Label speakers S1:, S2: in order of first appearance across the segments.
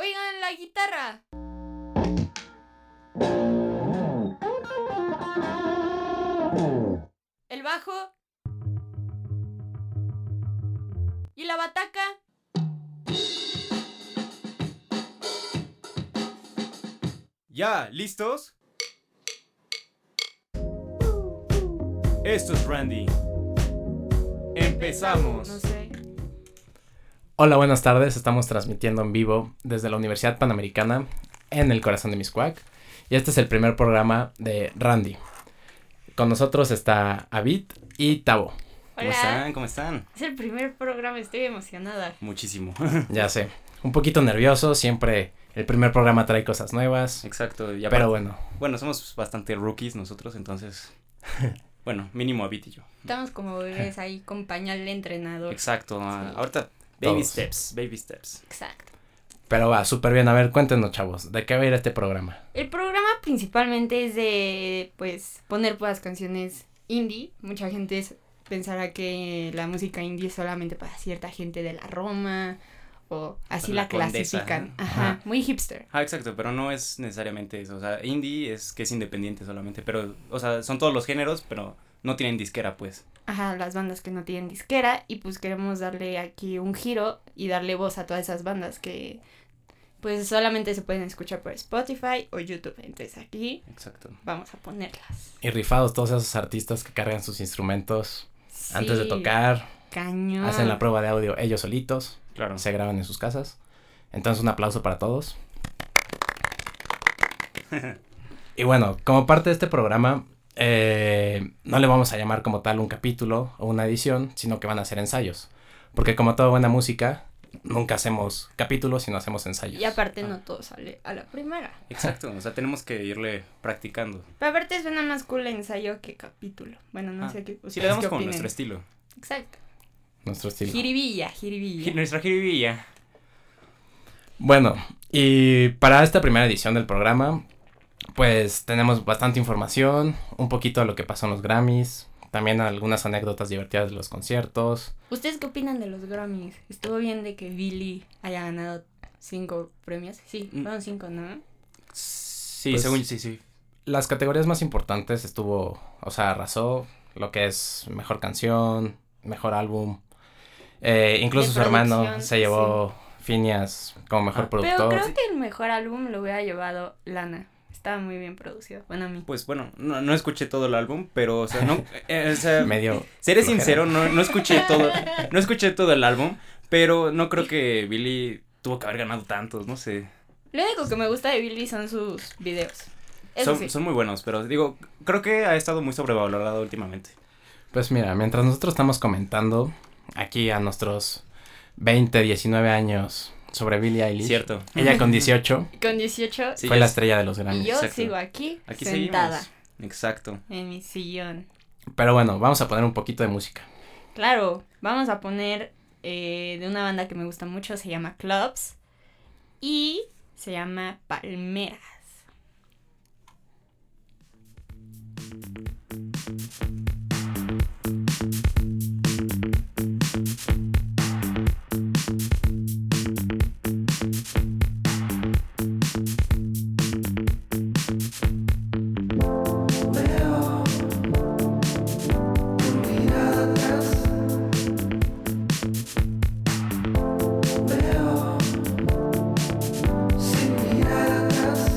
S1: Oigan la guitarra. El bajo. Y la bataca.
S2: ¿Ya? ¿Listos? Esto es Randy.
S1: No
S2: Empezamos.
S1: sé.
S3: Hola, buenas tardes. Estamos transmitiendo en vivo desde la Universidad Panamericana en el corazón de Miscuac. Y este es el primer programa de Randy. Con nosotros está Avid y Tavo.
S2: ¿Cómo
S1: Hola.
S2: están? ¿Cómo están?
S1: Es el primer programa, estoy emocionada.
S2: Muchísimo.
S3: Ya sé, un poquito nervioso. Siempre el primer programa trae cosas nuevas.
S2: Exacto. Y aparte-
S3: Pero bueno,
S2: bueno, somos bastante rookies nosotros, entonces. Bueno, mínimo Abit y yo.
S1: Estamos como bebés ahí con pañal de entrenador.
S2: Exacto. ah,
S1: Sí.
S2: Ahorita, baby
S3: Todos.
S2: steps. Baby steps.
S1: Exacto.
S3: pero va súper bien. A ver, cuéntenos, chavos, ¿de qué va a ir este programa?
S1: El programa principalmente es de, pues, poner puras canciones indie. Mucha gente es- pensará que la música indie es solamente para cierta gente de la Roma o así
S2: La
S1: la,
S2: condesa,
S1: clasifican.
S2: ¿no?
S1: Ajá,
S3: Ajá.
S1: muy hipster.
S2: Ah, exacto, pero no es necesariamente eso. O sea, indie es que es independiente solamente, pero, o sea, son todos los géneros, pero no tienen disquera, pues.
S1: Ajá, las bandas que no tienen disquera y pues queremos darle aquí un giro y darle voz a todas esas bandas que pues solamente se pueden escuchar por Spotify o YouTube. Entonces aquí
S2: Exacto.
S1: vamos a ponerlas.
S3: Y rifados todos esos artistas que cargan sus instrumentos antes de
S1: Sí,
S3: tocar,
S2: Ah.
S1: Cañón.
S3: hacen la prueba de audio ellos solitos,
S2: Claro.
S3: se graban en sus casas. Entonces, un aplauso para todos. Y bueno, como parte de este programa, eh, no le vamos a llamar como tal un capítulo o una edición, sino que van a ser ensayos. Porque como toda buena música, nunca hacemos capítulos, sino hacemos ensayos.
S1: Y aparte no todo sale a la primera.
S2: Exacto, o sea, tenemos que irle practicando.
S1: Pero aparte suena más cool ensayo que capítulo. Bueno, no
S2: Ah,
S1: sé qué.
S2: Sí, le damos
S1: qué
S2: como
S1: opinen.
S2: nuestro estilo.
S1: Exacto.
S3: Nuestro estilo.
S1: Jiribilla, jiribilla.
S2: Nuestra jiribilla.
S3: Bueno, y para esta primera edición del programa, pues tenemos bastante información, un poquito de lo que pasó en los Grammys, también algunas anécdotas divertidas de los conciertos.
S1: ¿Ustedes qué opinan de los Grammys? ¿Estuvo bien de que Billy haya ganado cinco premios? Sí,
S2: Mm.
S1: fueron cinco, ¿no?
S2: Sí,
S3: Pues-
S2: según sí, sí.
S3: Las categorías más importantes estuvo, o sea, arrasó lo que es mejor canción, mejor álbum. Eh, incluso
S1: De
S3: su hermano
S1: producción,
S3: se llevó Phineas como mejor
S2: Ah,
S3: productor.
S1: Pero creo que el mejor álbum lo hubiera llevado Lana. Estaba muy bien producido. Bueno, a mí.
S2: Pues bueno, no, no escuché todo el álbum, pero, o sea, no. eh, o sea,
S3: Medio
S2: seré
S3: flojera.
S2: sincero, no, no escuché todo. No escuché todo el álbum, pero no creo que Billy tuvo que haber ganado tantos, no sé.
S1: Lo único que me gusta de Billy son sus videos. Eso
S2: Son,
S1: sí.
S2: son muy buenos, pero digo, creo que ha estado muy sobrevalorado últimamente.
S3: Pues mira, mientras nosotros estamos comentando aquí a nuestros 20, 19 años sobre Billie Eilish.
S2: Cierto.
S3: Ella con 18
S1: Con 18
S2: Sí,
S3: fue
S2: ya
S3: la
S2: es-
S3: estrella de los
S1: y
S3: Grammys.
S1: yo
S2: exacto.
S1: sigo aquí,
S2: Aquí
S1: sentada
S2: seguimos. Exacto.
S1: en mi sillón.
S3: Pero bueno, vamos a poner un poquito de música.
S1: Claro, vamos a poner eh, de una banda que me gusta mucho, se llama Clubs y se llama Palmeras.
S4: Sin mirar atrás,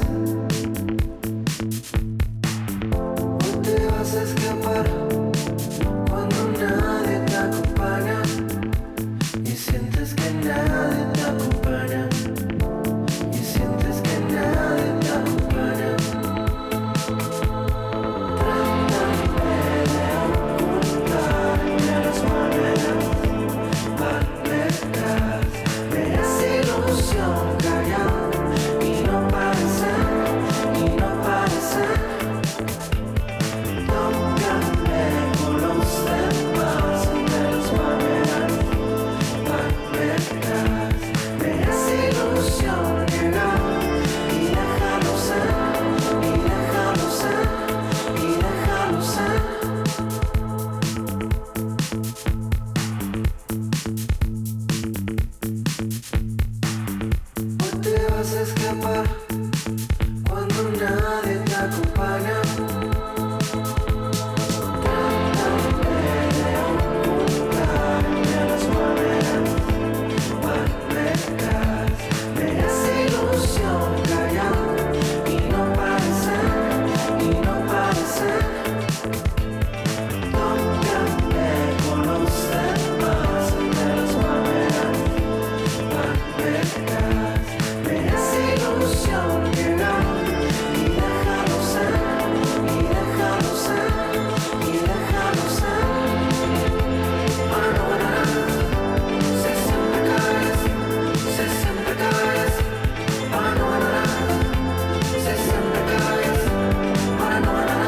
S4: Pues cuando nadie te acompaña. Cántame, las maneras me hace ilusión callar y no parecer, y no parecer. Tócame con los demás de las maneras me hace ilusión llegar y déjalo ser, y déjalo ser, y déjalo ser. Ahora, si siempre caes, si siempre caes. Ahora, si siempre caes. Ahora,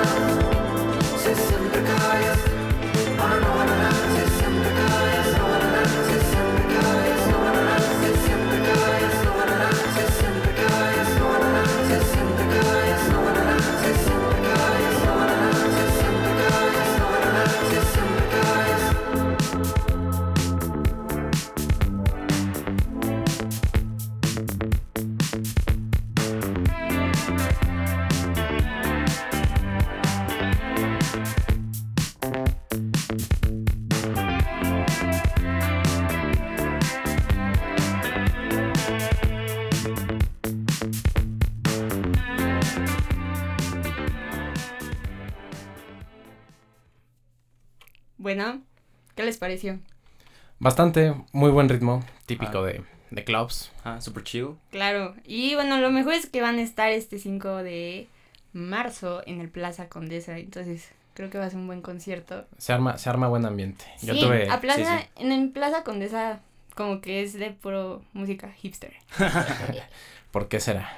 S4: si siempre caes. Ahora, si siempre caes. Ahora, si siempre caes. Ahora, si siempre caes. Ahora, si siempre caes. Ahora, si siempre caes. Ahora, si siempre caes. Ahora, si siempre caes. Ahora, si siempre caes.
S1: Bueno, ¿qué les pareció?
S3: Bastante, muy buen ritmo, típico
S2: Ah.
S3: de, de clubs.
S2: Ajá, Ah, super chill.
S1: Claro. Y bueno, lo mejor es que van a estar este 5 de marzo en el Plaza Condesa. Entonces, creo que va a ser un buen concierto.
S3: Se arma, se arma buen ambiente. Yo
S1: sí,
S3: tuve...
S1: a Plaza,
S2: sí,
S1: En, en Plaza Condesa como que es de puro música hipster.
S3: ¿Por qué será?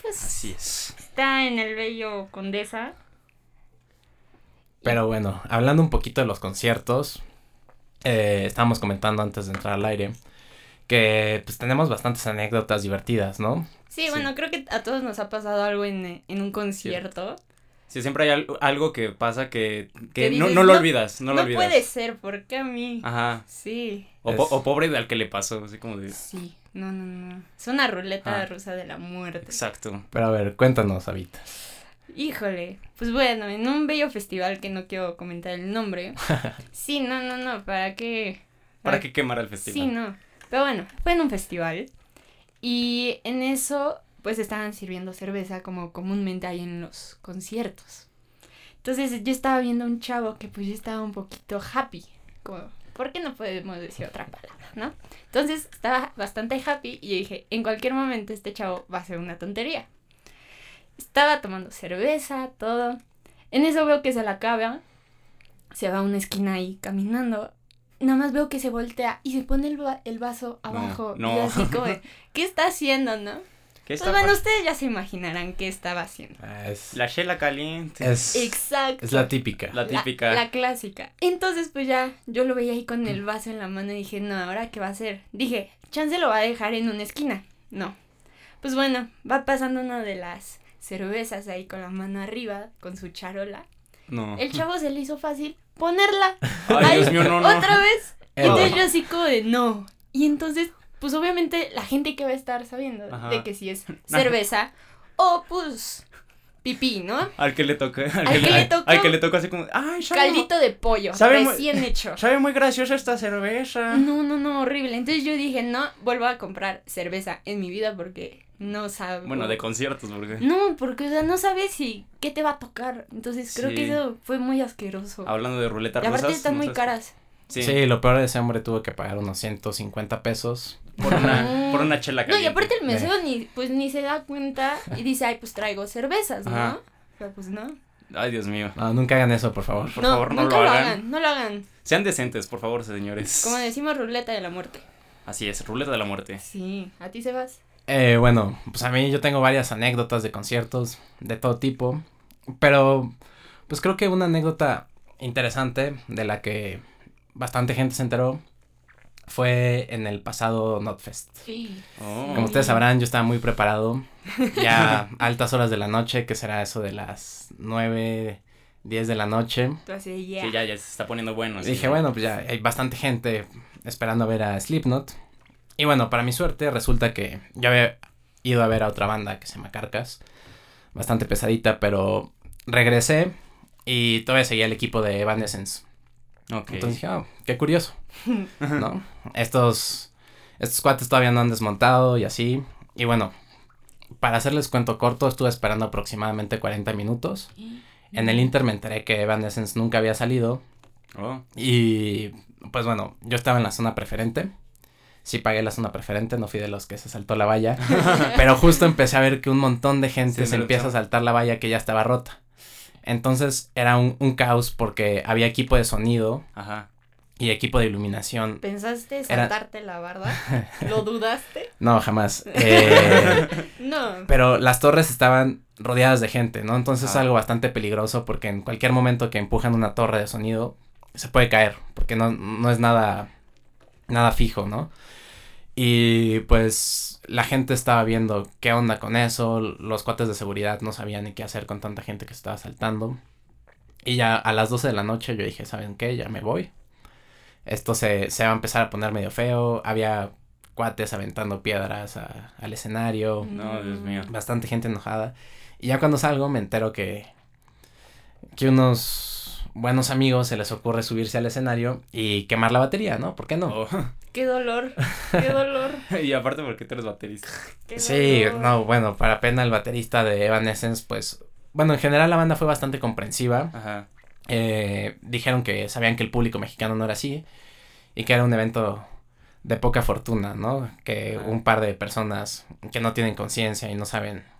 S1: Pues
S2: Así es.
S1: está en el bello Condesa.
S3: Pero bueno, hablando un poquito de los conciertos, eh, estábamos comentando antes de entrar al aire que pues tenemos bastantes anécdotas divertidas, ¿no?
S1: Sí,
S2: Sí.
S1: bueno, creo que a todos nos ha pasado algo en, en un concierto.
S2: Sí, siempre hay al- algo que pasa que, que
S1: Que
S2: no,
S1: dices,
S2: no lo
S1: "No,
S2: olvidas, no
S1: No,
S2: lo olvidas. Ah.
S1: puede ser, ¿por qué a mí?
S2: Ajá.
S1: Sí,
S2: O, po-
S3: Es-
S2: o pobre al que le pasó, así como de...
S1: sí, no, no, no. Es una ruleta
S2: Ah.
S1: rusa de la muerte.
S2: Exacto.
S3: Pero a ver, cuéntanos, Avita.
S1: Híjole, pues bueno, en un bello festival que no quiero comentar el nombre. Sí, no, no, no, ¿para qué?
S2: ¿Para qué quemar al
S1: Sí,
S2: festival?
S1: no. Pero bueno, fue en un festival. Y en eso, pues estaban sirviendo cerveza como comúnmente hay en los conciertos. Entonces yo estaba viendo a un chavo que pues yo estaba un poquito happy. Como, ¿por qué no podemos decir otra palabra, no? Entonces estaba bastante happy y yo dije, en cualquier momento este chavo va a hacer una tontería. Estaba tomando cerveza, todo. En eso veo que se la acaba. Se va a una esquina ahí caminando nada más veo que se voltea y se pone el, va- el vaso abajo.
S2: no.
S1: Y yo así como, de, ¿qué está haciendo, no?
S2: ¿Qué
S1: Pues
S2: está
S1: bueno,
S2: pa-
S1: ustedes ya se imaginarán qué estaba haciendo.
S3: Ah, Es,
S2: La chela caliente.
S3: es,
S1: Exacto.
S3: es la típica.
S2: La típica.
S1: La, clásica. Entonces, pues ya, yo lo veía ahí con el vaso en la mano y dije, no, ¿ahora qué va a hacer? Dije, chance lo va a dejar en una esquina. No. Pues bueno, va pasando una de las cervezas ahí con la mano arriba, con su charola.
S2: No.
S1: El chavo se le hizo fácil ponerla.
S2: Ay, Dios
S1: Ay,
S2: mío, no, no.
S1: Otra vez Y
S3: Eh,
S1: entonces yo así como de no. Y entonces, pues obviamente la gente que va a estar sabiendo
S2: Ajá.
S1: de que si es cerveza o pues pipí, ¿no?
S2: Al que le toca. Al,
S1: Al que le
S2: al-
S1: tocó.
S2: al que le tocó así como... ¡Ay, sabe, mu-
S1: Caldito de pollo,
S2: sabe muy-
S1: recién hecho.
S2: sabe muy graciosa esta cerveza!
S1: No, no, no, horrible. Entonces yo dije, no, vuelvo a comprar cerveza en mi vida porque no sabe.
S2: Bueno, de conciertos, porque...
S1: No, porque o sea, no sabes si qué te va a tocar. Entonces creo que
S2: Sí.
S1: eso fue muy asqueroso.
S2: Hablando de ruleta
S1: y
S2: rusa.
S1: aparte están muy caras.
S2: Sí.
S3: Sí, lo peor de ese hombre tuvo que pagar unos 150 pesos.
S2: Por una, por una chela
S1: No, y
S2: caliente. Eh.
S1: aparte el mesero ni, pues ni se da cuenta y dice, ay, pues traigo cervezas, ¿no?
S2: Ajá.
S1: Pero pues no.
S2: Ay, Dios mío.
S3: No, nunca hagan eso, por favor.
S2: Por favor, no
S1: nunca
S2: lo
S1: lo
S2: hagan.
S1: hagan, no lo hagan.
S2: Sean decentes, por favor, señores.
S1: Como decimos, ruleta de la muerte.
S2: Así es, ruleta de la muerte.
S1: Sí, a ti se vas.
S3: Eh, bueno, pues a mí yo tengo varias anécdotas de conciertos de todo tipo, pero pues creo que una anécdota interesante de la que bastante gente se enteró fue en el pasado NotFest.
S1: Sí.
S2: Oh.
S3: Como ustedes sabrán, yo estaba muy preparado ya a altas horas de la noche, que será eso de las 9, 10 de la noche.
S1: Entonces, ya.
S2: Sí, ya, ya se está poniendo bueno.
S3: Y
S2: sí.
S3: dije, bueno, pues ya hay bastante gente esperando a ver a Slipknot. Y bueno, para mi suerte resulta que yo había ido a ver a otra banda que se llama Carcas, bastante pesadita, pero regresé y todavía seguía el equipo de Evanescence.
S2: Ok.
S3: Entonces dije, "Ah, qué curioso, ¿no? Estos, estos cuates todavía no han desmontado y así. Y bueno, para hacerles cuento corto, estuve esperando aproximadamente 40 minutos. En el Inter me enteré que Evanescence nunca había salido,
S2: Oh,
S3: y pues bueno, yo estaba en la zona preferente. Sí pagué la zona preferente, no fui de los que se saltó la valla. pero justo empecé a ver que un montón de gente
S2: Sí,
S3: se
S2: me lo
S3: empieza a
S2: pensaba.
S3: saltar la valla que ya estaba rota. Entonces era un, un caos porque había equipo de sonido
S2: ajá.
S3: y equipo de iluminación.
S1: ¿Pensaste
S3: Era-
S1: saltarte la barda? ¿Lo dudaste?
S3: No, jamás. Eh,
S1: No.
S3: pero las torres estaban rodeadas de gente, ¿no? Entonces es
S2: Ah.
S3: algo bastante peligroso porque en cualquier momento que empujan una torre de sonido se puede caer porque no, no es nada, nada fijo, ¿no? Y pues la gente estaba viendo qué onda con eso, los cuates de seguridad no sabían ni qué hacer con tanta gente que se estaba saltando. Y ya a las 12 de la noche yo dije, ¿saben qué? Ya me voy. Esto se, se va a empezar a poner medio feo. Había cuates aventando piedras a- al escenario
S2: No,
S1: Mm.
S2: Dios mío.
S3: bastante gente enojada. Y ya cuando salgo me entero que, que unos buenos amigos se les ocurre subirse al escenario y quemar la batería, ¿no? ¿Por qué no?
S2: Oh,
S1: Qué dolor, qué dolor.
S2: y aparte porque tú eres baterista.
S1: qué
S3: sí,
S1: dolor.
S3: no, bueno, para pena el baterista de Evanescence, pues, bueno, en general la banda fue bastante comprensiva.
S2: Ajá.
S3: Eh, dijeron que sabían que el público mexicano no era así y que era un evento de poca fortuna, ¿no? Que
S2: Ajá.
S3: un par de personas que no tienen conciencia y no saben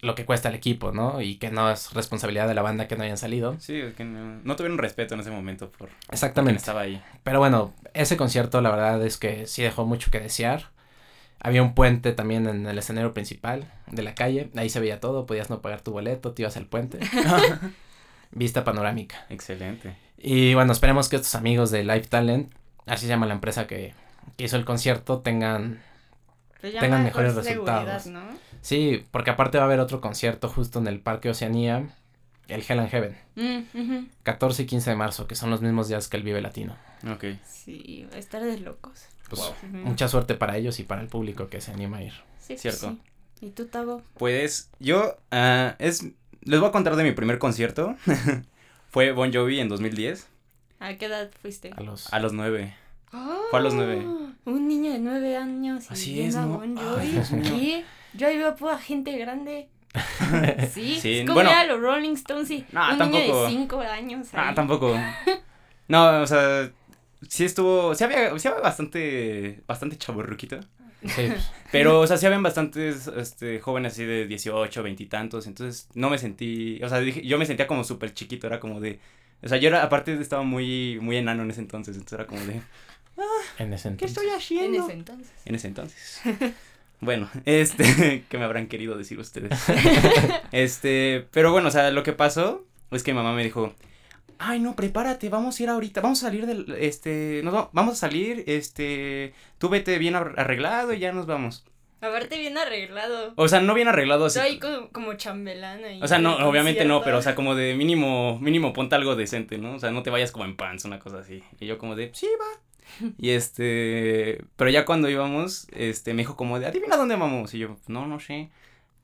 S3: lo que cuesta el equipo, ¿no? Y que no es responsabilidad de la banda que no hayan salido.
S2: Sí, es que no, no tuvieron respeto en ese momento por quien
S3: Exactamente.
S2: estaba ahí.
S3: Pero bueno, ese concierto la verdad es que sí dejó mucho que desear. Había un puente también en el escenario principal de la calle. Ahí se veía todo, podías no pagar tu boleto, te ibas al puente. Vista panorámica.
S2: Excelente.
S3: Y bueno, esperemos que estos amigos de Live Talent, así se llama la empresa que que hizo el concierto, tengan
S1: Pues ya
S3: tengan
S1: mejor
S3: mejores
S1: seguridad,
S3: resultados.
S1: ¿no?
S3: Sí, porque aparte va a haber otro concierto justo en el Parque Oceanía, el Hell and Heaven,
S1: Mm, ujú.
S3: 14 y 15 de marzo, que son los mismos días que el Vive Latino.
S2: Ok.
S1: Sí, va a estar de locos.
S3: Pues
S1: Ujú.
S3: mucha suerte para ellos y para el público que se anima a ir.
S1: Sí, pues
S2: Cierto.
S1: sí. ¿Y tú, Tavo?
S2: Pues yo, ah, es, les voy a contar de mi primer concierto. Fue Bon Jovi en 2010,
S1: ¿A qué edad fuiste? ¡Ah!
S3: A los
S2: a los nueve. Fue a los nueve.
S1: Un niño de nueve años. y
S2: Así
S1: viendo
S2: es,
S1: a
S2: ¿no?
S1: Bon
S2: Ay,
S1: Jovi.
S2: Dios mío.
S1: ¿Qué? ¿eh? Yo ahí veo a gente grande. Sí,
S2: Sí,
S1: es como
S2: bueno.
S1: ir a los Rolling Stones y
S2: No,
S1: un niño
S2: tampoco.
S1: de cinco años.
S2: Ah,
S1: ahí.
S2: tampoco. No, o sea, sí estuvo, sí había, sí había bastante, bastante chaburruquito.
S3: Sí, pues,
S2: Pero, o sea, sí habían bastantes este, jóvenes así de 18, 20 y tantos. Entonces, no me sentí. O sea, dije- yo me sentía como súper chiquito. Era como de. O sea, yo era, aparte estaba muy, muy enano en ese entonces. Entonces era como de.
S3: en
S2: ¿Qué
S3: ese entonces.
S2: estoy
S1: En
S2: haciendo?
S1: ese entonces.
S2: En ese entonces. Bueno, este. ¿Qué me habrán querido decir ustedes? Este. Pero bueno, o sea, lo que pasó es que mi mamá me dijo. Ay, no, prepárate, vamos a ir ahorita, vamos a salir del, este, nos va- vamos a salir, este, tú vete bien ar- arreglado y ya nos vamos.
S1: Aparte, bien arreglado.
S2: O sea, no bien arreglado así.
S1: Yo ahí como, como chambelán ahí.
S2: O sea, no,
S1: en el
S2: obviamente no, pero o
S1: concierto.
S2: sea, como de mínimo, mínimo ponte algo decente, ¿no? O sea, no te vayas como en pants, una cosa así. Y yo como de, sí, va. Y este, pero ya cuando íbamos, este, me dijo como de, adivina dónde vamos. Y yo, no, no sé.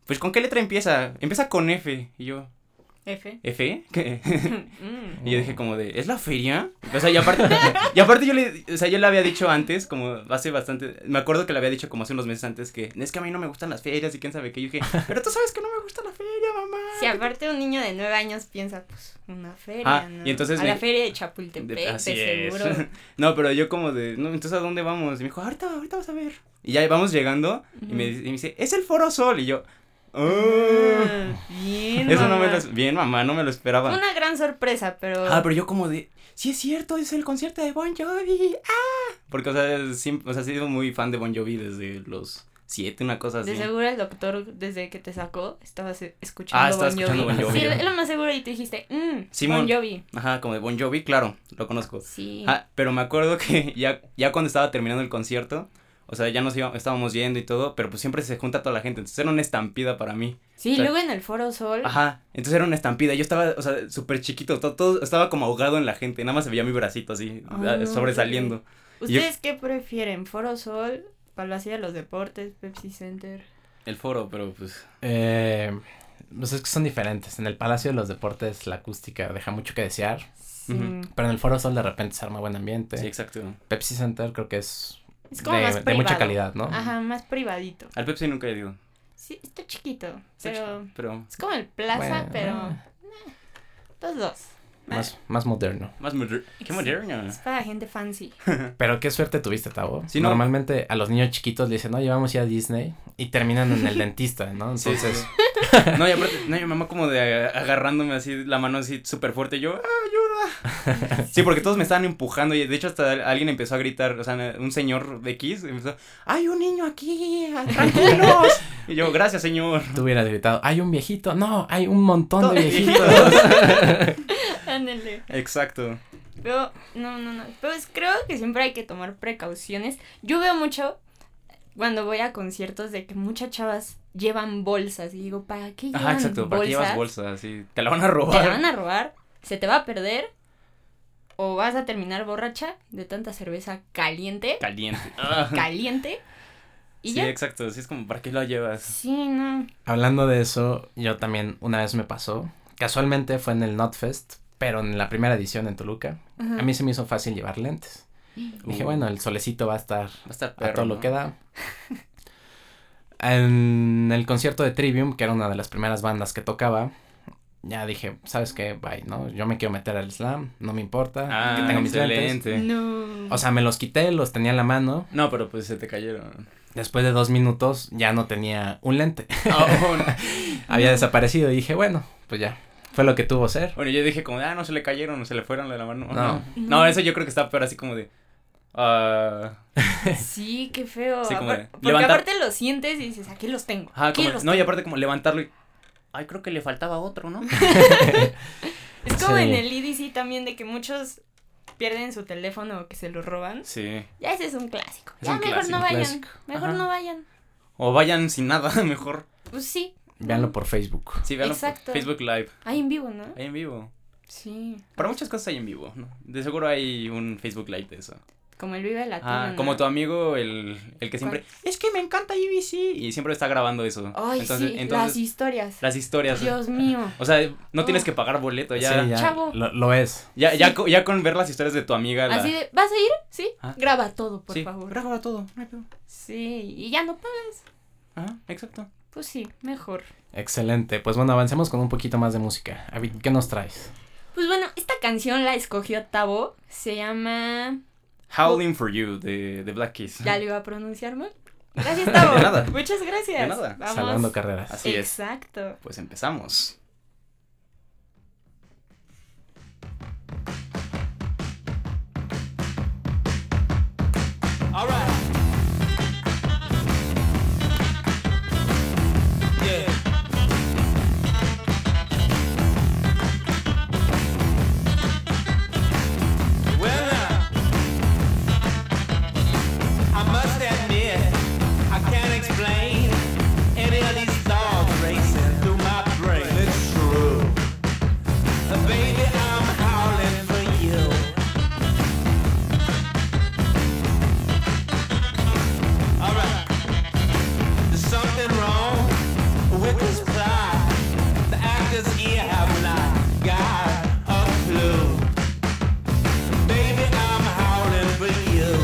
S2: Pues, ¿con qué letra empieza? Empieza con F. Y yo,
S1: F.
S2: ¿F? ¿Qué?
S1: Mm.
S2: Y yo dije como de, ¿es la feria? O sea, y aparte, y aparte yo le, o sea, yo le había dicho antes, como hace bastante, me acuerdo que le había dicho como hace unos meses antes que, es que a mí no me gustan las ferias y quién sabe qué. Yo dije, pero tú sabes que no me gusta la feria, mamá.
S1: Si aparte un niño de nueve años piensa, pues, una feria,
S2: Ah,
S1: ¿no?
S2: y entonces
S1: A
S2: me-
S1: la feria de
S2: De-
S1: Chapultepec,
S2: así
S1: de
S2: es.
S1: seguro.
S2: no, pero yo como de, no, entonces ¿a dónde vamos? Y me dijo, ahorita, ahorita vas a ver. Y ya vamos llegando y, me, dice- y me dice, es el Foro Sol. Y yo, "Oh".
S1: Ah, bien,
S2: eso no me
S1: mamá.
S2: lo, bien mamá, no me lo esperaba.
S1: Una gran sorpresa, pero...
S2: Ah, pero yo como de, sí es cierto, es el concierto de Bon Jovi. Ah, porque o sea, siempre, o sea, he sido muy fan de Bon Jovi desde los siete, una cosa así.
S1: De seguro el doctor, desde que te sacó, estabas eh, escuchando
S2: Ah, estaba
S1: Bon
S2: escuchando
S1: Jovi.
S2: Bon Jovi.
S1: Sí, es lo más seguro y tú dijiste, mmm,
S2: Simón.
S1: Bon Jovi.
S2: Ajá, como de Bon Jovi, claro, lo conozco.
S1: Sí.
S2: Ah, pero me acuerdo que ya, ya cuando estaba terminando el concierto, o sea, ya nos iba- estábamos yendo y todo, pero pues siempre se junta toda la gente, entonces era una estampida para mí.
S1: sí,
S2: sí.
S1: luego en el Foro Sol.
S2: Ajá, entonces era una estampida, yo estaba, o sea, súper chiquito, to- todo, estaba como ahogado en la gente, nada más se veía mi bracito así,
S1: Ay,
S2: ah,
S1: no,
S2: sobresaliendo.
S1: ¿Ustedes qué prefieren? ¿Foro Sol? Palacio de los Deportes, Pepsi Center.
S2: el foro, pero pues.
S3: Eh, pues es que son diferentes. En el Palacio de los Deportes la acústica deja mucho que desear,
S1: Sí.
S2: Ujú.
S3: pero en el Foro Sol de repente se arma buen ambiente.
S2: Sí, exacto.
S3: Pepsi Center creo que es,
S1: Es como
S3: de,
S1: más
S3: de
S1: privado.
S3: mucha calidad, ¿no?
S1: Ajá, más privadito.
S2: Al Pepsi nunca he ido.
S1: Sí, está chiquito,
S2: Está
S1: pero
S2: chido, pero
S1: es como el plaza,
S3: Bueno,
S1: pero
S3: ah,
S1: dos dos.
S3: más, más moderno.
S2: más moderno. Qué moderno.
S1: Es para gente fancy.
S3: Pero qué suerte tuviste, Tavo.
S2: Ah. Sí, ¿no?
S3: Normalmente a los niños chiquitos le dicen, no, llevamos ya a Disney y terminan en el dentista, ¿no?
S2: Sí, sí,
S3: Entonces,
S2: sí. No, y aparte, no, mi mamá como de ag- agarrándome así la mano así súper fuerte. Yo, "Ah, ayuda. Sí, porque todos me estaban empujando. Y de hecho, hasta alguien empezó a gritar. O sea, un señor de X empezó: ¡Hay un niño aquí! ¡Tranquilos! Y yo, gracias, señor.
S3: tú hubieras gritado, hay un viejito, no, hay un montón de
S2: Todos
S3: viejitos.
S1: Ándale.
S2: Exacto.
S1: Pero, no, no, no. Pero es- creo que siempre hay que tomar precauciones. Yo veo mucho cuando voy a conciertos de que muchas chavas llevan bolsas. Y digo, ¿para qué llevan
S2: Ajá, exacto. ¿Para qué llevas
S1: bolsas?
S2: bolsa? Sí, te la van a
S1: Te la
S2: robar.
S1: van a robar, se te va a perder. O vas a terminar borracha de tanta cerveza caliente.
S2: Caliente. Ah.
S1: Caliente. Y
S2: Sí,
S1: ya.
S2: exacto. Sí, es como, ¿para qué lo llevas?
S1: Sí, no.
S3: Hablando de eso, yo también una vez me pasó, casualmente fue en el Notfest, pero en la primera edición en Toluca,
S1: Ajá.
S3: a mí se me hizo fácil llevar lentes. Dije,
S2: Uh,
S3: bueno, el solecito va a estar
S2: Va a estar
S3: a todo
S2: perro,
S3: lo
S2: ¿no?
S3: que da. En el concierto de Trivium, que era una de las primeras bandas que tocaba, ya dije, ¿sabes qué? Bye, ¿no? Yo me quiero meter al slam, no me importa
S2: Ah,
S3: que tenga mis lentes.
S2: excelente.
S1: No.
S3: O sea, me los quité, los tenía en la mano.
S2: No, pero pues se te cayeron.
S3: Después de dos minutos ya no tenía un lente.
S2: Oh, no.
S3: Había desaparecido y dije, bueno, pues ya, fue lo que tuvo ser.
S2: Bueno, yo dije como, de, ah, no se le cayeron, se le fueron de la mano.
S3: No.
S2: No,
S1: No.
S2: eso yo creo que está peor así como de... ah,
S1: sí, qué feo.
S2: Sí, como de
S1: Apar- porque
S2: levantar-
S1: aparte los sientes y dices, aquí los tengo.
S2: ajá,
S1: aquí
S2: como-
S1: los
S2: no, y
S1: tengo.
S2: aparte como levantarlo y... Ay, creo que le faltaba otro, ¿no?
S1: Es como
S3: Sí.
S1: en el EDC también de que muchos pierden su teléfono o que se lo roban.
S2: Sí.
S1: Ya ese es un clásico.
S2: Es
S1: ya
S2: un
S1: mejor
S2: clásico,
S1: no vayan.
S3: clásico.
S1: Mejor
S2: Ajá.
S1: no vayan.
S2: O vayan sin nada, mejor.
S1: Pues sí.
S3: Véanlo por Facebook.
S2: Sí, veanlo por
S1: Exacto.
S2: Facebook Live.
S1: Hay en vivo, ¿no?
S2: Hay en vivo.
S1: Sí.
S2: Para muchas cosas hay en vivo, ¿no? De seguro hay un Facebook Live de eso.
S1: Como el Vive Latino.
S2: Ah,
S1: ¿no?
S2: como tu amigo, el, el que siempre... Es que me encanta IBC. Y siempre está grabando eso.
S1: Ay,
S2: entonces,
S1: sí,
S2: entonces,
S1: las historias.
S2: las historias.
S1: Dios mío.
S2: O sea, no tienes
S1: Oh.
S2: que pagar boleto,
S3: Sí,
S2: Pues ya...
S3: ya,
S1: Chavo.
S3: Lo, lo es.
S2: Ya, ya,
S1: Sí.
S2: co- ya con ver las historias de tu amiga. La...
S1: Así de, ¿vas a ir? Sí.
S2: Ah.
S1: Graba todo, por
S2: Sí,
S1: favor.
S2: Graba todo, no hay pedo.
S1: Sí, y ya no pagas.
S2: Ajá, exacto.
S1: Pues sí, mejor.
S3: Excelente. Pues bueno, avancemos con un poquito más de música. Avid, ¿qué nos traes?
S1: Pues bueno, esta canción la escogió Tavo. Se llama.
S2: Howling for You de, de Black Keys.
S1: Ya lo iba a pronunciar mal. Gracias, Tavo.
S2: Ah. De nada.
S1: Muchas gracias.
S2: De nada.
S1: Vamos.
S3: Salvando carreras.
S2: Así es.
S1: Exacto.
S2: Pues empezamos.
S5: Alright. Yeah. Well, now, I must admit, I can't explain any of these thoughts racing through my brain. It's true. Baby, I'm howling for you. Alright. There's something wrong with this plot. The actors here have not got a clue. Baby, I'm howling for you.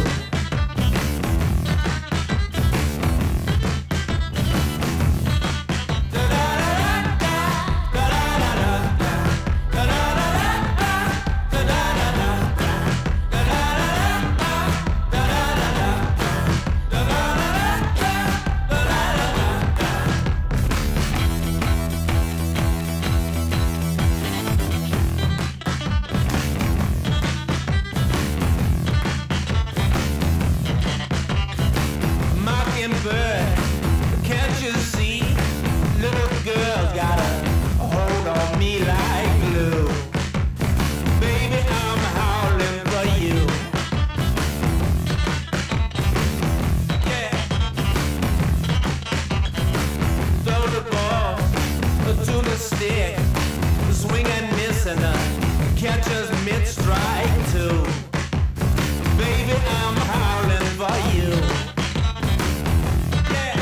S5: Mockingbird, can't you see? Little girl's got a hold on me like glue. Baby, I'm howling for you. Yeah. throw the ball to the stick, swing and miss and a catcher's mid strike too. Baby, I'm howling for you. Yeah.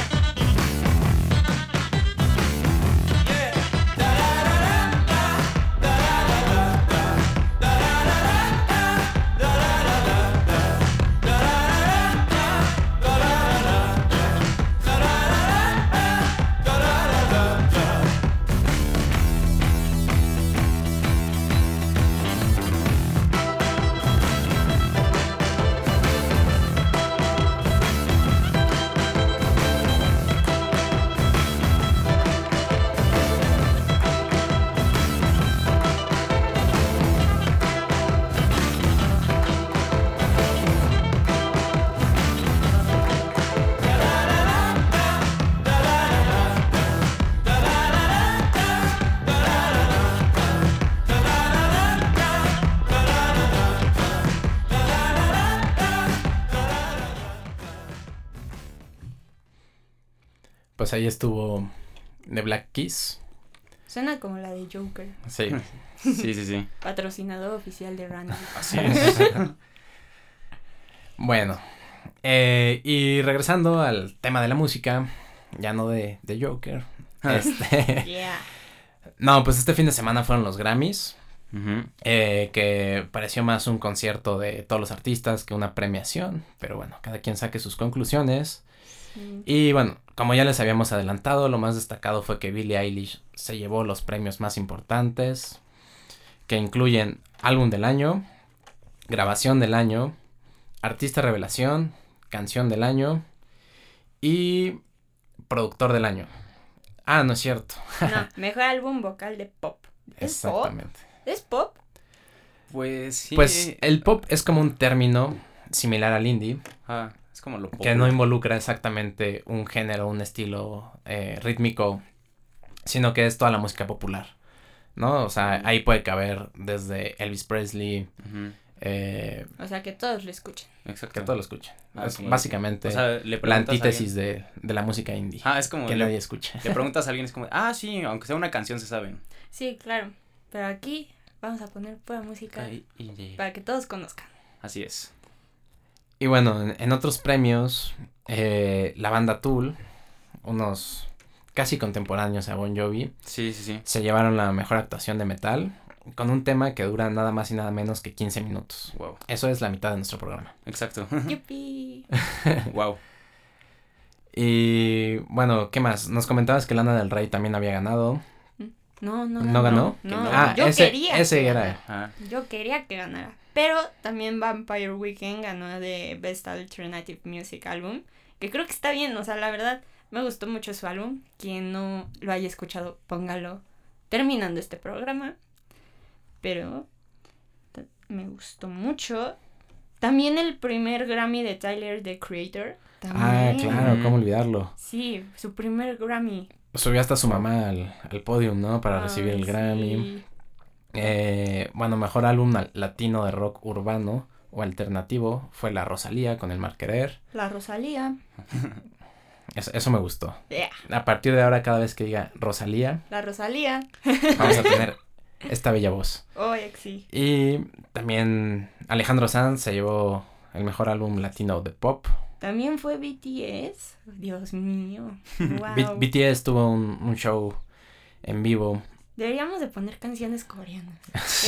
S3: pues ahí estuvo The Black Keys.
S1: Suena como la de Joker,
S3: Sí.
S2: Sí, sí, sí.
S1: patrocinador oficial de Randy.
S2: Así es.
S3: Bueno, eh, y regresando al tema de la música, ya no de, de Joker. Este,
S1: Yeah.
S3: no, pues este fin de semana fueron los Grammys,
S2: Ujú.
S3: eh, que pareció más un concierto de todos los artistas que una premiación, pero bueno, cada quien saque sus conclusiones.
S1: Sí.
S3: Y bueno, como ya les habíamos adelantado, lo más destacado fue que Billie Eilish se llevó los premios más importantes, que incluyen álbum del año, grabación del año, artista revelación, canción del año y productor del año. Ah, no es cierto.
S1: No, mejor álbum vocal de pop. ¿Es pop?
S3: Exactamente.
S1: ¿Es pop?
S2: Pues sí.
S3: Pues el pop es como un término similar al indie,
S2: Ajá, ah, es como lo
S3: que no involucra exactamente un género, un estilo eh, rítmico, sino que es toda la música popular, ¿no? O sea, ahí puede caber desde Elvis Presley,
S2: Ujú,
S3: eh,
S1: O sea, que todos lo escuchen.
S2: Exacto.
S3: que todos lo escuchen.
S2: Ah,
S3: Es
S2: como-
S3: básicamente
S2: O sea, le
S3: la
S2: preguntas a
S3: antítesis de, de la música indie,
S2: alguien- Ah, es como.
S3: que
S2: le,
S3: nadie escucha.
S2: le preguntas a alguien, es como, ah, sí, aunque sea una canción se saben.
S1: Sí, claro. Pero aquí vamos a poner pura música
S2: Ay, y de-
S1: para que todos conozcan.
S2: Así es.
S3: Y bueno, en, en otros premios, eh, la banda Tool, unos casi contemporáneos a Bon Jovi,
S2: Sí, sí, sí.
S3: se llevaron la mejor actuación de metal con un tema que dura nada más y nada menos que 15 minutos.
S2: Wow.
S3: Eso es la mitad de nuestro programa.
S2: Exacto.
S1: ¡Yupi!
S2: wow.
S3: Y bueno, ¿qué más? Nos comentabas que Lana del Rey también había ganado.
S1: No, no,
S3: ¿No ganó?
S1: No,
S2: Que no.
S3: ah,
S1: yo
S3: ese,
S1: quería.
S3: ese
S1: que
S3: era.
S1: ganara.
S2: Ajá.
S1: Yo quería que ganara. Pero también Vampire Weekend ganó de Best Alternative Music Album. Que creo que está bien. O sea, la verdad, me gustó mucho su álbum. Quien no lo haya escuchado, póngalo terminando este programa. Pero t- me gustó mucho. También el primer Grammy de Tyler, The Creator.
S3: Ah,
S1: También.
S3: claro,
S2: Mm.
S3: ¿cómo olvidarlo?
S1: Sí, su primer Grammy.
S3: Subió hasta su mamá al, al podium, ¿no? Para recibir
S1: Ay,
S3: el Grammy.
S1: Ah, sí.
S3: Eh, bueno, mejor álbum al- latino de rock urbano o alternativo fue La Rosalía con El Mar Querer.
S1: La Rosalía.
S3: Eso, eso me gustó.
S1: Yeah,
S3: A partir de ahora, cada vez que diga Rosalía,
S1: la Rosalía.
S3: vamos a tener esta bella voz.
S1: Oh, sí.
S3: Y también Alejandro Sanz se llevó el mejor álbum latino de pop.
S1: También fue BTS. Dios mío.
S3: B-
S1: Wow.
S3: BTS tuvo un, un show en vivo.
S1: Deberíamos de poner canciones coreanas.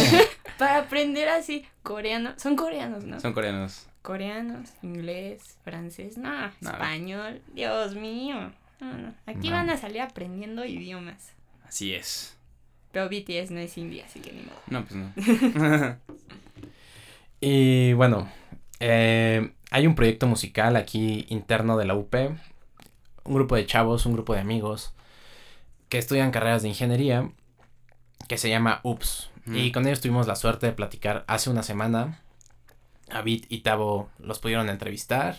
S1: Para aprender así coreano. Son coreanos, ¿no?
S2: Son coreanos.
S1: Coreanos, inglés, francés, no,
S2: No.
S1: español. Dios mío. No, no. Aquí
S3: No.
S1: van a salir aprendiendo idiomas.
S2: Así es.
S1: Pero BTS no es india, así que ni modo.
S2: No, pues no.
S3: Y bueno, eh, hay un proyecto musical aquí interno de la UP. Un grupo de chavos, un grupo de amigos que estudian carreras de ingeniería que se llama UPS.
S2: Ujú.
S3: Y con ellos tuvimos la suerte de platicar hace una semana. Avid y Tavo los pudieron entrevistar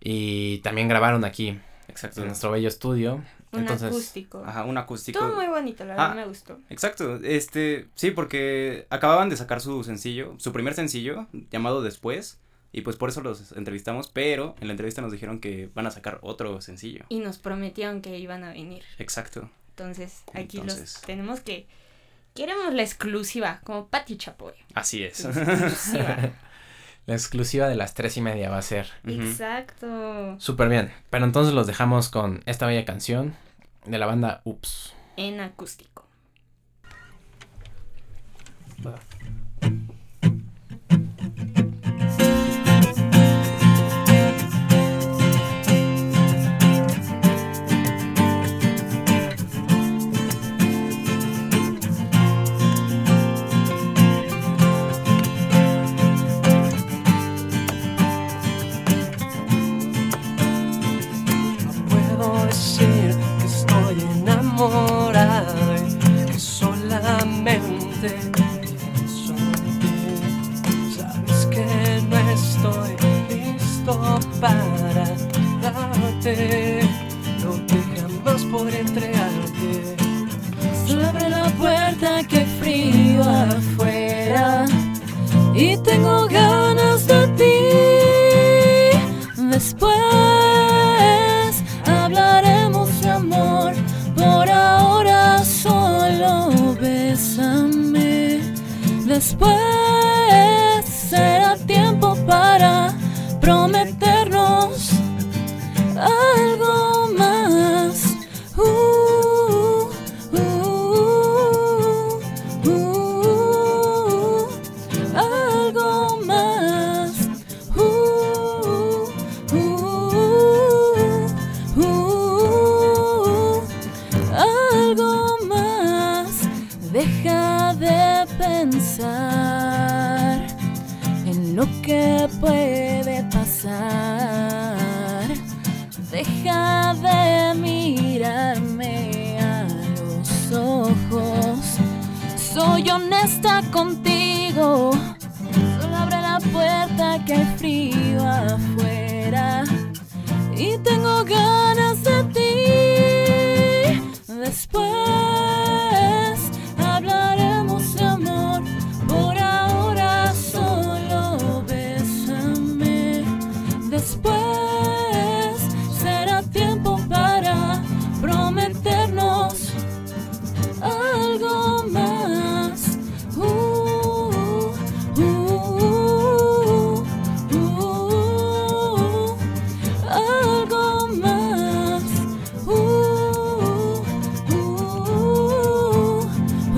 S3: y también grabaron aquí
S2: Exacto.
S3: Pues, en nuestro bello estudio.
S1: Un
S3: Entonces,
S1: acústico.
S2: Ajá, un acústico.
S1: Estuvo muy bonito, la verdad
S2: Ah.
S1: me gustó.
S2: Exacto, este, sí, porque acababan de sacar su sencillo, su primer sencillo, llamado Después, y pues por eso los entrevistamos, pero en la entrevista nos dijeron que van a sacar otro sencillo.
S1: Y nos prometieron que iban a venir.
S2: Exacto.
S1: Entonces, aquí
S2: Entonces.
S1: los tenemos que. Queremos la exclusiva, como Patti Chapoy.
S2: Así es.
S1: Exclusiva.
S3: La exclusiva de las tres y media va a ser.
S2: Ujú.
S1: Exacto.
S3: Súper bien. Pero entonces los dejamos con esta bella canción de la banda Ups.
S1: En acústico.
S4: Puedo decir que estoy enamorada y que solamente pienso en ti. Sabes que no estoy listo para darte lo que jamás podré entregarte.
S6: Sobre la puerta que frío afuera y tengo ganas de ti. Después hablaremos de amor. después será tiempo para prometernos algo más. Uh, uh, uh, uh, algo más. Uh, uh, uh, algo más. Deja de pensar en lo que puede pasar. Deja de mirarme a los ojos. Soy honesta contigo. Solo abre la puerta que hay frío afuera. Y tengo ganas de ti. Después hablaremos de amor. Por ahora solo bésame. Después será tiempo para prometernos algo más. Uh, uh, uh, uh, algo más. Uh, uh,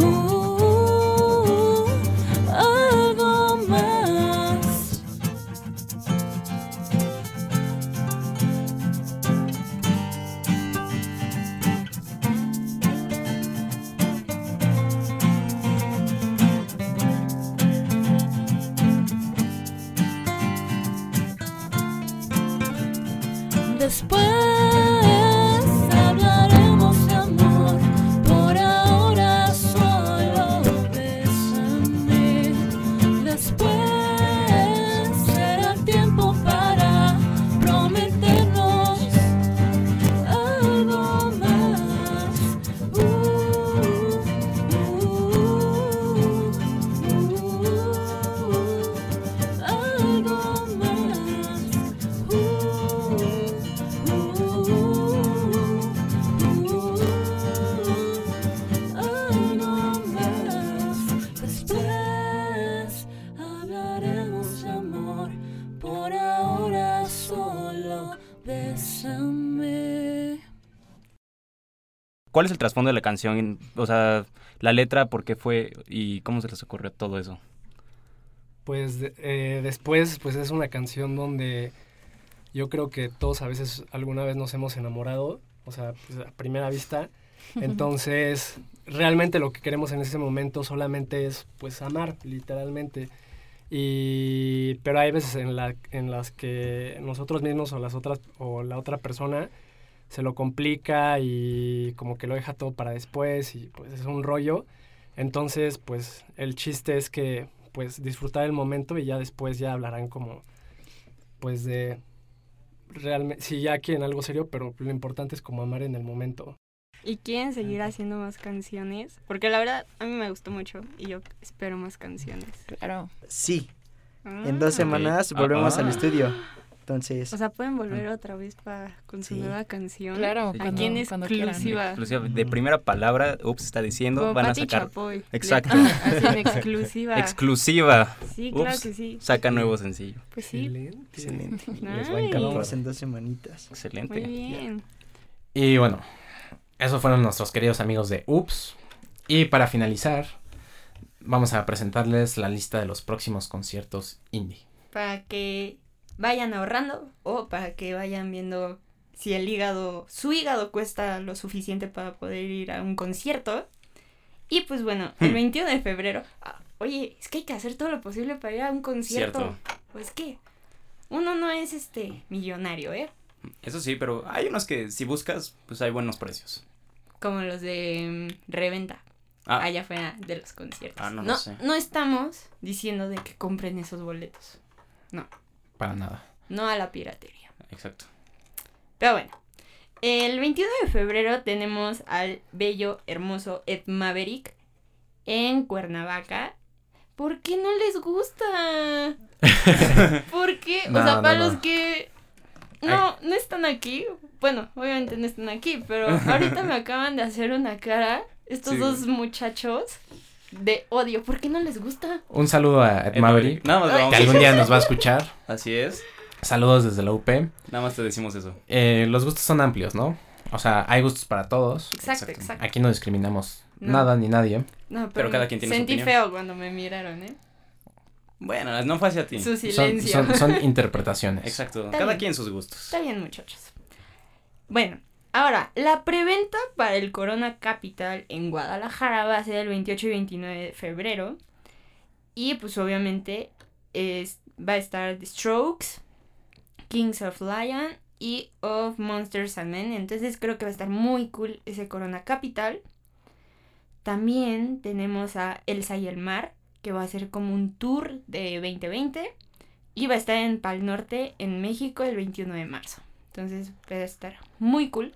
S6: uh, algo más. Después hablaremos de amor. Por ahora solo bésame. Después será tiempo para prometernos algo más. Uh, uh, uh, algo más. Después hablaremos de amor. Por ahora solo bésame.
S2: ¿Cuál es el trasfondo de la canción? O sea, la letra, por qué fue y cómo se les ocurrió todo eso.
S7: Pues de- eh, después, pues es una canción donde yo creo que todos a veces alguna vez nos hemos enamorado, o sea, pues, a primera vista. Entonces, realmente lo que queremos en ese momento solamente es, pues, amar, literalmente. Y, pero hay veces en, la, en las que nosotros mismos o las otras o la otra persona se lo complica y como que lo deja todo para después y pues es un rollo. Entonces, pues el chiste es que pues disfrutar el momento y ya después ya hablarán como pues de realmente si ya quieren algo serio, pero lo importante es como amar en el momento.
S1: ¿Y quieren seguir haciendo más canciones? Porque la verdad, a mí me gustó mucho y yo espero más canciones.
S6: Claro.
S8: Sí, en
S1: Ah.
S8: dos semanas
S2: Ah,
S8: volvemos
S2: ah.
S8: al estudio. Entonces,
S1: O sea, pueden volver otra vez para, con su
S8: Sí.
S1: nueva canción.
S6: Claro,
S2: Sí,
S1: Aquí en
S6: cuando quieran.
S1: exclusiva.
S2: Exclusiva, de primera palabra, Ups está diciendo,
S1: Como
S2: van
S1: Pati
S2: a sacar
S1: Chapoy.
S2: Exacto.
S1: Así en exclusiva.
S2: exclusiva.
S1: sí, claro
S2: Ups.
S1: que sí.
S2: Saca nuevo sencillo.
S1: Pues sí.
S7: Excelente.
S8: excelente.
S1: Nice.
S8: Nos vemos pues, en dos semanitas.
S1: Muy
S2: Excelente.
S1: bien.
S3: Y bueno, esos fueron nuestros queridos amigos de Oops. Y para finalizar, vamos a presentarles la lista de los próximos conciertos indie.
S1: Para que vayan ahorrando o para que vayan viendo si el hígado, su hígado cuesta lo suficiente para poder ir a un concierto. Y pues bueno, el
S2: Hmm.
S1: 21 de febrero. ah, Oye, es que hay que hacer todo lo posible para ir a un concierto.
S2: Cierto.
S1: Pues que uno no es este millonario, ¿eh?
S2: Eso sí, pero hay unos que si buscas, pues hay buenos precios.
S1: Como los de mm, reventa.
S2: Ah,
S1: allá fuera de los conciertos.
S2: Ah, no
S1: no,
S2: lo sé.
S1: no estamos diciendo de que compren esos boletos.
S3: Para nada.
S1: No a la piratería.
S2: exacto.
S1: Pero bueno. El 21 de febrero tenemos al bello, hermoso Ed Maverick en Cuernavaca. ¿Por qué no les gusta? ¿Por qué? O
S3: No,
S1: sea,
S3: no,
S1: para
S3: no.
S1: los que no, no están aquí. Bueno, obviamente no están aquí, pero ahorita me acaban de hacer una cara estos
S2: Sí.
S1: dos muchachos. de odio. ¿Por qué no les gusta?
S3: Un saludo a Ed Maverick,
S2: Eh, Nada más lo
S3: que
S2: vamos a
S3: algún día nos va a escuchar.
S2: Así es.
S3: Saludos desde la UP.
S2: Nada más te decimos eso.
S3: Eh, los gustos son amplios, ¿no? O sea, hay gustos para todos.
S1: Exacto,
S2: Exacto.
S1: exacto.
S3: Aquí no discriminamos
S1: No.
S3: nada ni nadie.
S1: No, pero,
S2: Pero cada quien tiene su
S1: sentí
S2: opinión.
S1: feo cuando me miraron, ¿eh?
S2: Bueno, no fue hacia ti.
S1: Su
S3: Son,
S1: silencio.
S3: son, son interpretaciones.
S2: Exacto.
S1: Está
S2: Cada
S1: bien.
S2: quien sus gustos.
S1: Está bien, muchachos. Bueno, ahora, la preventa para el Corona Capital en Guadalajara va a ser el 28 y 29 de febrero. Y pues obviamente es- va a estar The Strokes, Kings of Lion y Of Monsters and Men. Entonces creo que va a estar muy cool ese Corona Capital. También tenemos a Elsa y el Mar, que va a ser como un tour de 2020. Y va a estar en Pal Norte, en México, el 21 de marzo. Entonces va a estar muy cool.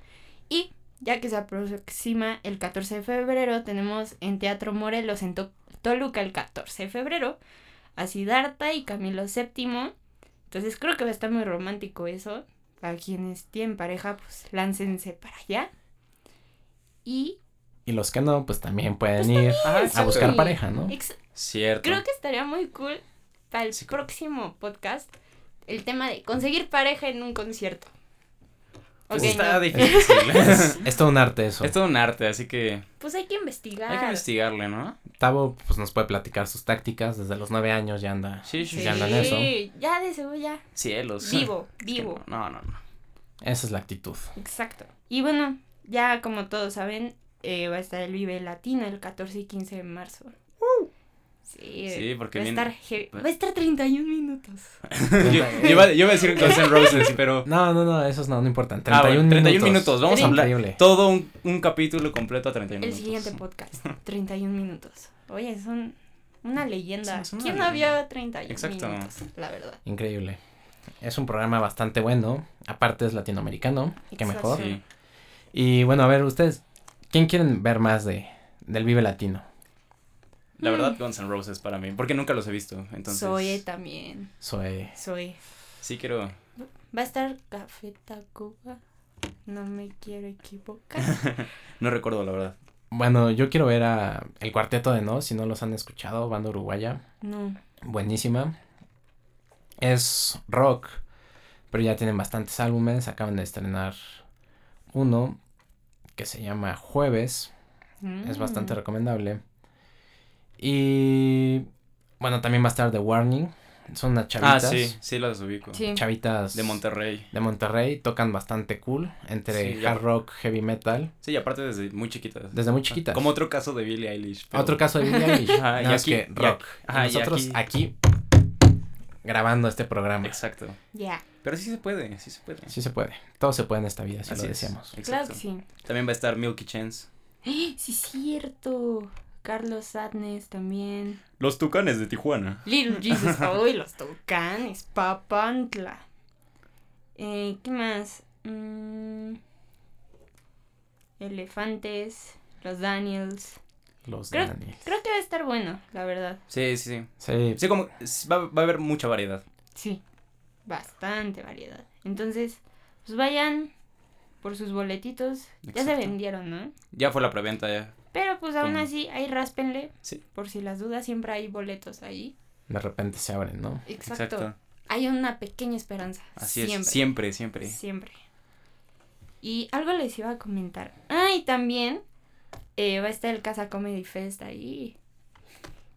S1: Y ya que se aproxima el 14 de febrero, tenemos en Teatro Morelos, en To- Toluca, el 14 de febrero, a Siddhartha y Camilo VII. Entonces creo que va a estar muy romántico eso. A quienes tienen pareja, pues láncense para allá. Y
S3: Y los que no, pues también pueden ir
S2: Ajá,
S3: Ah, a
S2: exacto.
S3: buscar pareja, ¿no?
S1: ex-
S2: Cierto.
S1: Creo que estaría muy cool para el
S2: Sí, creo-
S1: próximo podcast el tema de conseguir pareja en un concierto. Ok,
S2: Pues está
S1: no,
S2: difícil.
S3: Es, es todo un arte eso.
S2: es todo un arte, así que
S1: Pues hay que investigar.
S2: hay que investigarle, ¿no?
S3: Tavo pues, nos puede platicar sus tácticas. Desde los nueve años ya anda.
S2: Sí, sí,
S1: Sí,
S2: sí.
S3: Ya andan en eso.
S1: ya de seguro ya.
S2: Cielos.
S1: Vivo,
S2: Es que
S1: vivo.
S2: No, no, no.
S3: Esa es la actitud.
S1: Exacto. Y bueno, ya como todos saben, eh, va a estar el Vive Latino el 14 y 15 de marzo. Sí,
S2: ¡Uh! Sí, porque
S1: va a
S2: viene-
S1: estar heavy. Va a estar 31 minutos.
S2: yo, yo iba, yo iba a decir Guns N' Roses, pero.
S3: No, no, no, esos no, no importan.
S2: Ah,
S3: 31,
S2: bueno, 31 minutos. Vamos a hablar
S3: Increíble.
S2: todo un, un capítulo completo a 31
S1: El
S2: minutos.
S1: siguiente podcast, 31 minutos. Oye, son una leyenda.
S2: Son- son una
S1: ¿Quién no
S2: leyenda.
S1: vio 31
S2: Exacto.
S1: minutos? La verdad.
S3: Increíble. Es un programa bastante bueno. Aparte es latinoamericano. Qué
S1: Exacto.
S3: mejor.
S2: Sí.
S3: Y bueno, a ver, ustedes, ¿quién quieren ver más de del Vive Latino?
S2: La verdad,
S1: Mm.
S2: Guns N' Roses para mí, porque nunca los he visto. Entonces,
S1: Zoe también.
S3: Soy
S1: Zoe.
S2: sí quiero.
S1: Va a estar Café Tacuba. No me quiero equivocar.
S2: No recuerdo, la verdad.
S3: Bueno, yo quiero ver a El Cuarteto de No, si no los han escuchado, banda uruguaya,
S1: No.
S3: buenísima. Es rock, pero ya tienen bastantes álbumes, acaban de estrenar uno que se llama Jueves. Es
S1: Mm.
S2: Mm.
S3: bastante recomendable. Y bueno, también va a estar The Warning. Son unas chavitas.
S2: Ah, sí, sí las ubico.
S1: Sí.
S3: Chavitas
S2: De Monterrey.
S3: de Monterrey. Tocan bastante cool. Entre
S2: Sí, ya-
S3: hard rock, heavy metal.
S2: Sí, y aparte desde muy chiquitas.
S3: Desde muy chiquitas.
S2: Como otro caso de Billie Eilish. pero-
S3: Otro caso de Billie Eilish.
S2: Ajá,
S3: nada
S2: Ah, y
S3: más
S2: aquí-
S3: que
S2: y
S3: rock.
S2: aquí-
S3: Y
S2: ajá, y
S3: nosotros aquí... grabando este programa.
S2: Exacto.
S1: Ya.
S2: Pero sí se puede, sí se puede.
S3: Sí se puede. Todo se puede en esta vida, si
S2: Así
S3: lo
S2: es.
S3: deseamos.
S1: Claro
S2: Exacto.
S1: que sí.
S2: También va a estar Milky Chance.
S1: ¡Eh! Sí, es cierto. Carlos Sadness también.
S2: Los Tucanes de Tijuana.
S1: Little Jesus. Uy, los Tucanes. Papantla. Eh, ¿Qué más? Mm, elefantes. Los Daniels.
S3: Los
S1: Creo-
S3: Daniels.
S1: Creo que va a estar bueno, la verdad.
S2: Sí, sí, sí.
S3: Sí,
S2: Sí, como s- va, va a haber mucha variedad.
S1: Sí, bastante variedad. Entonces, pues vayan por sus boletitos. Ya se
S2: Exacto.
S1: vendieron, ¿no?
S2: Ya fue la preventa ya.
S1: Pero pues aún
S2: Con-
S1: así, ahí ráspenle.
S2: Sí.
S1: Por si las dudas, siempre hay boletos ahí.
S3: de repente se abren, ¿no?
S1: Exacto. Hay una pequeña esperanza.
S2: Así
S1: siempre.
S2: es. Siempre, siempre.
S1: Siempre. Y algo les iba a comentar. Ah, y también eh, va a estar el Casa Comedy Fest ahí.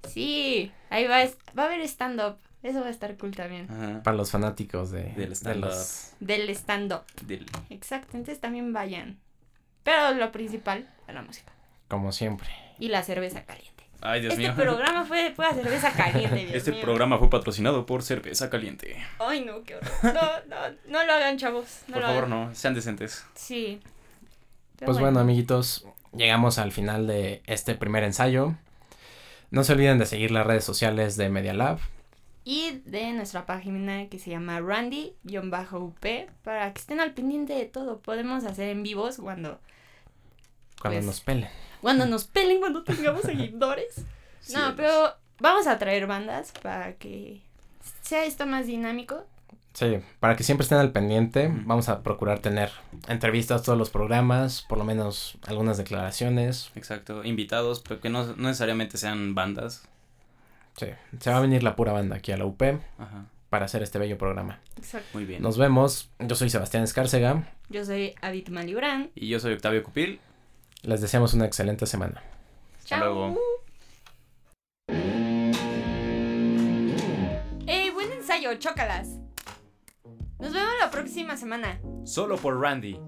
S1: Sí, ahí va, a est- va a haber stand-up. Eso va a estar cool también.
S2: Ajá.
S3: Para los fanáticos de,
S2: Del
S3: de
S2: stand-up.
S3: los
S1: Del stand-up.
S2: Del-
S1: Exacto, entonces también vayan. Pero lo principal, la música.
S3: Como siempre.
S1: Y la cerveza caliente.
S2: Ay, Dios
S1: este
S2: mío.
S1: programa fue fue a cerveza caliente. Dios
S2: este
S1: mío.
S2: programa fue patrocinado por Cerveza Caliente.
S1: Ay, no, qué horror. No, no, no lo hagan, chavos. No
S2: por
S1: lo
S2: favor,
S1: hagan.
S2: no. Sean decentes.
S1: Sí. Pero
S3: Pues bueno, amiguitos, llegamos al final de este primer ensayo. No se olviden de seguir las redes sociales de Media Lab.
S1: Y de nuestra página que se llama Randy-UP para que estén al pendiente de todo. Podemos hacer en vivos cuando,
S3: cuando
S1: Pues,
S3: nos pelen.
S1: cuando nos pelen, cuando tengamos seguidores.
S2: Cielos.
S1: No, pero vamos a traer bandas para que sea esto más dinámico.
S3: Sí, para que siempre estén al pendiente, vamos a procurar tener entrevistas todos los programas, por lo menos algunas declaraciones.
S2: Exacto, invitados, pero que no, no necesariamente sean bandas.
S3: Sí, se va a venir la pura banda aquí a la UP
S2: Ajá,
S3: para hacer este bello programa.
S1: Exacto.
S2: muy bien.
S3: Nos vemos. Yo soy Sebastián Escárcega.
S1: Yo soy Adit Malibran.
S2: Y yo soy Octavio Cupil.
S3: Les deseamos una excelente semana.
S2: Hasta luego.
S1: ¡Ey, buen ensayo! ¡Chócalas! Nos vemos la próxima semana.
S2: Solo por Randy.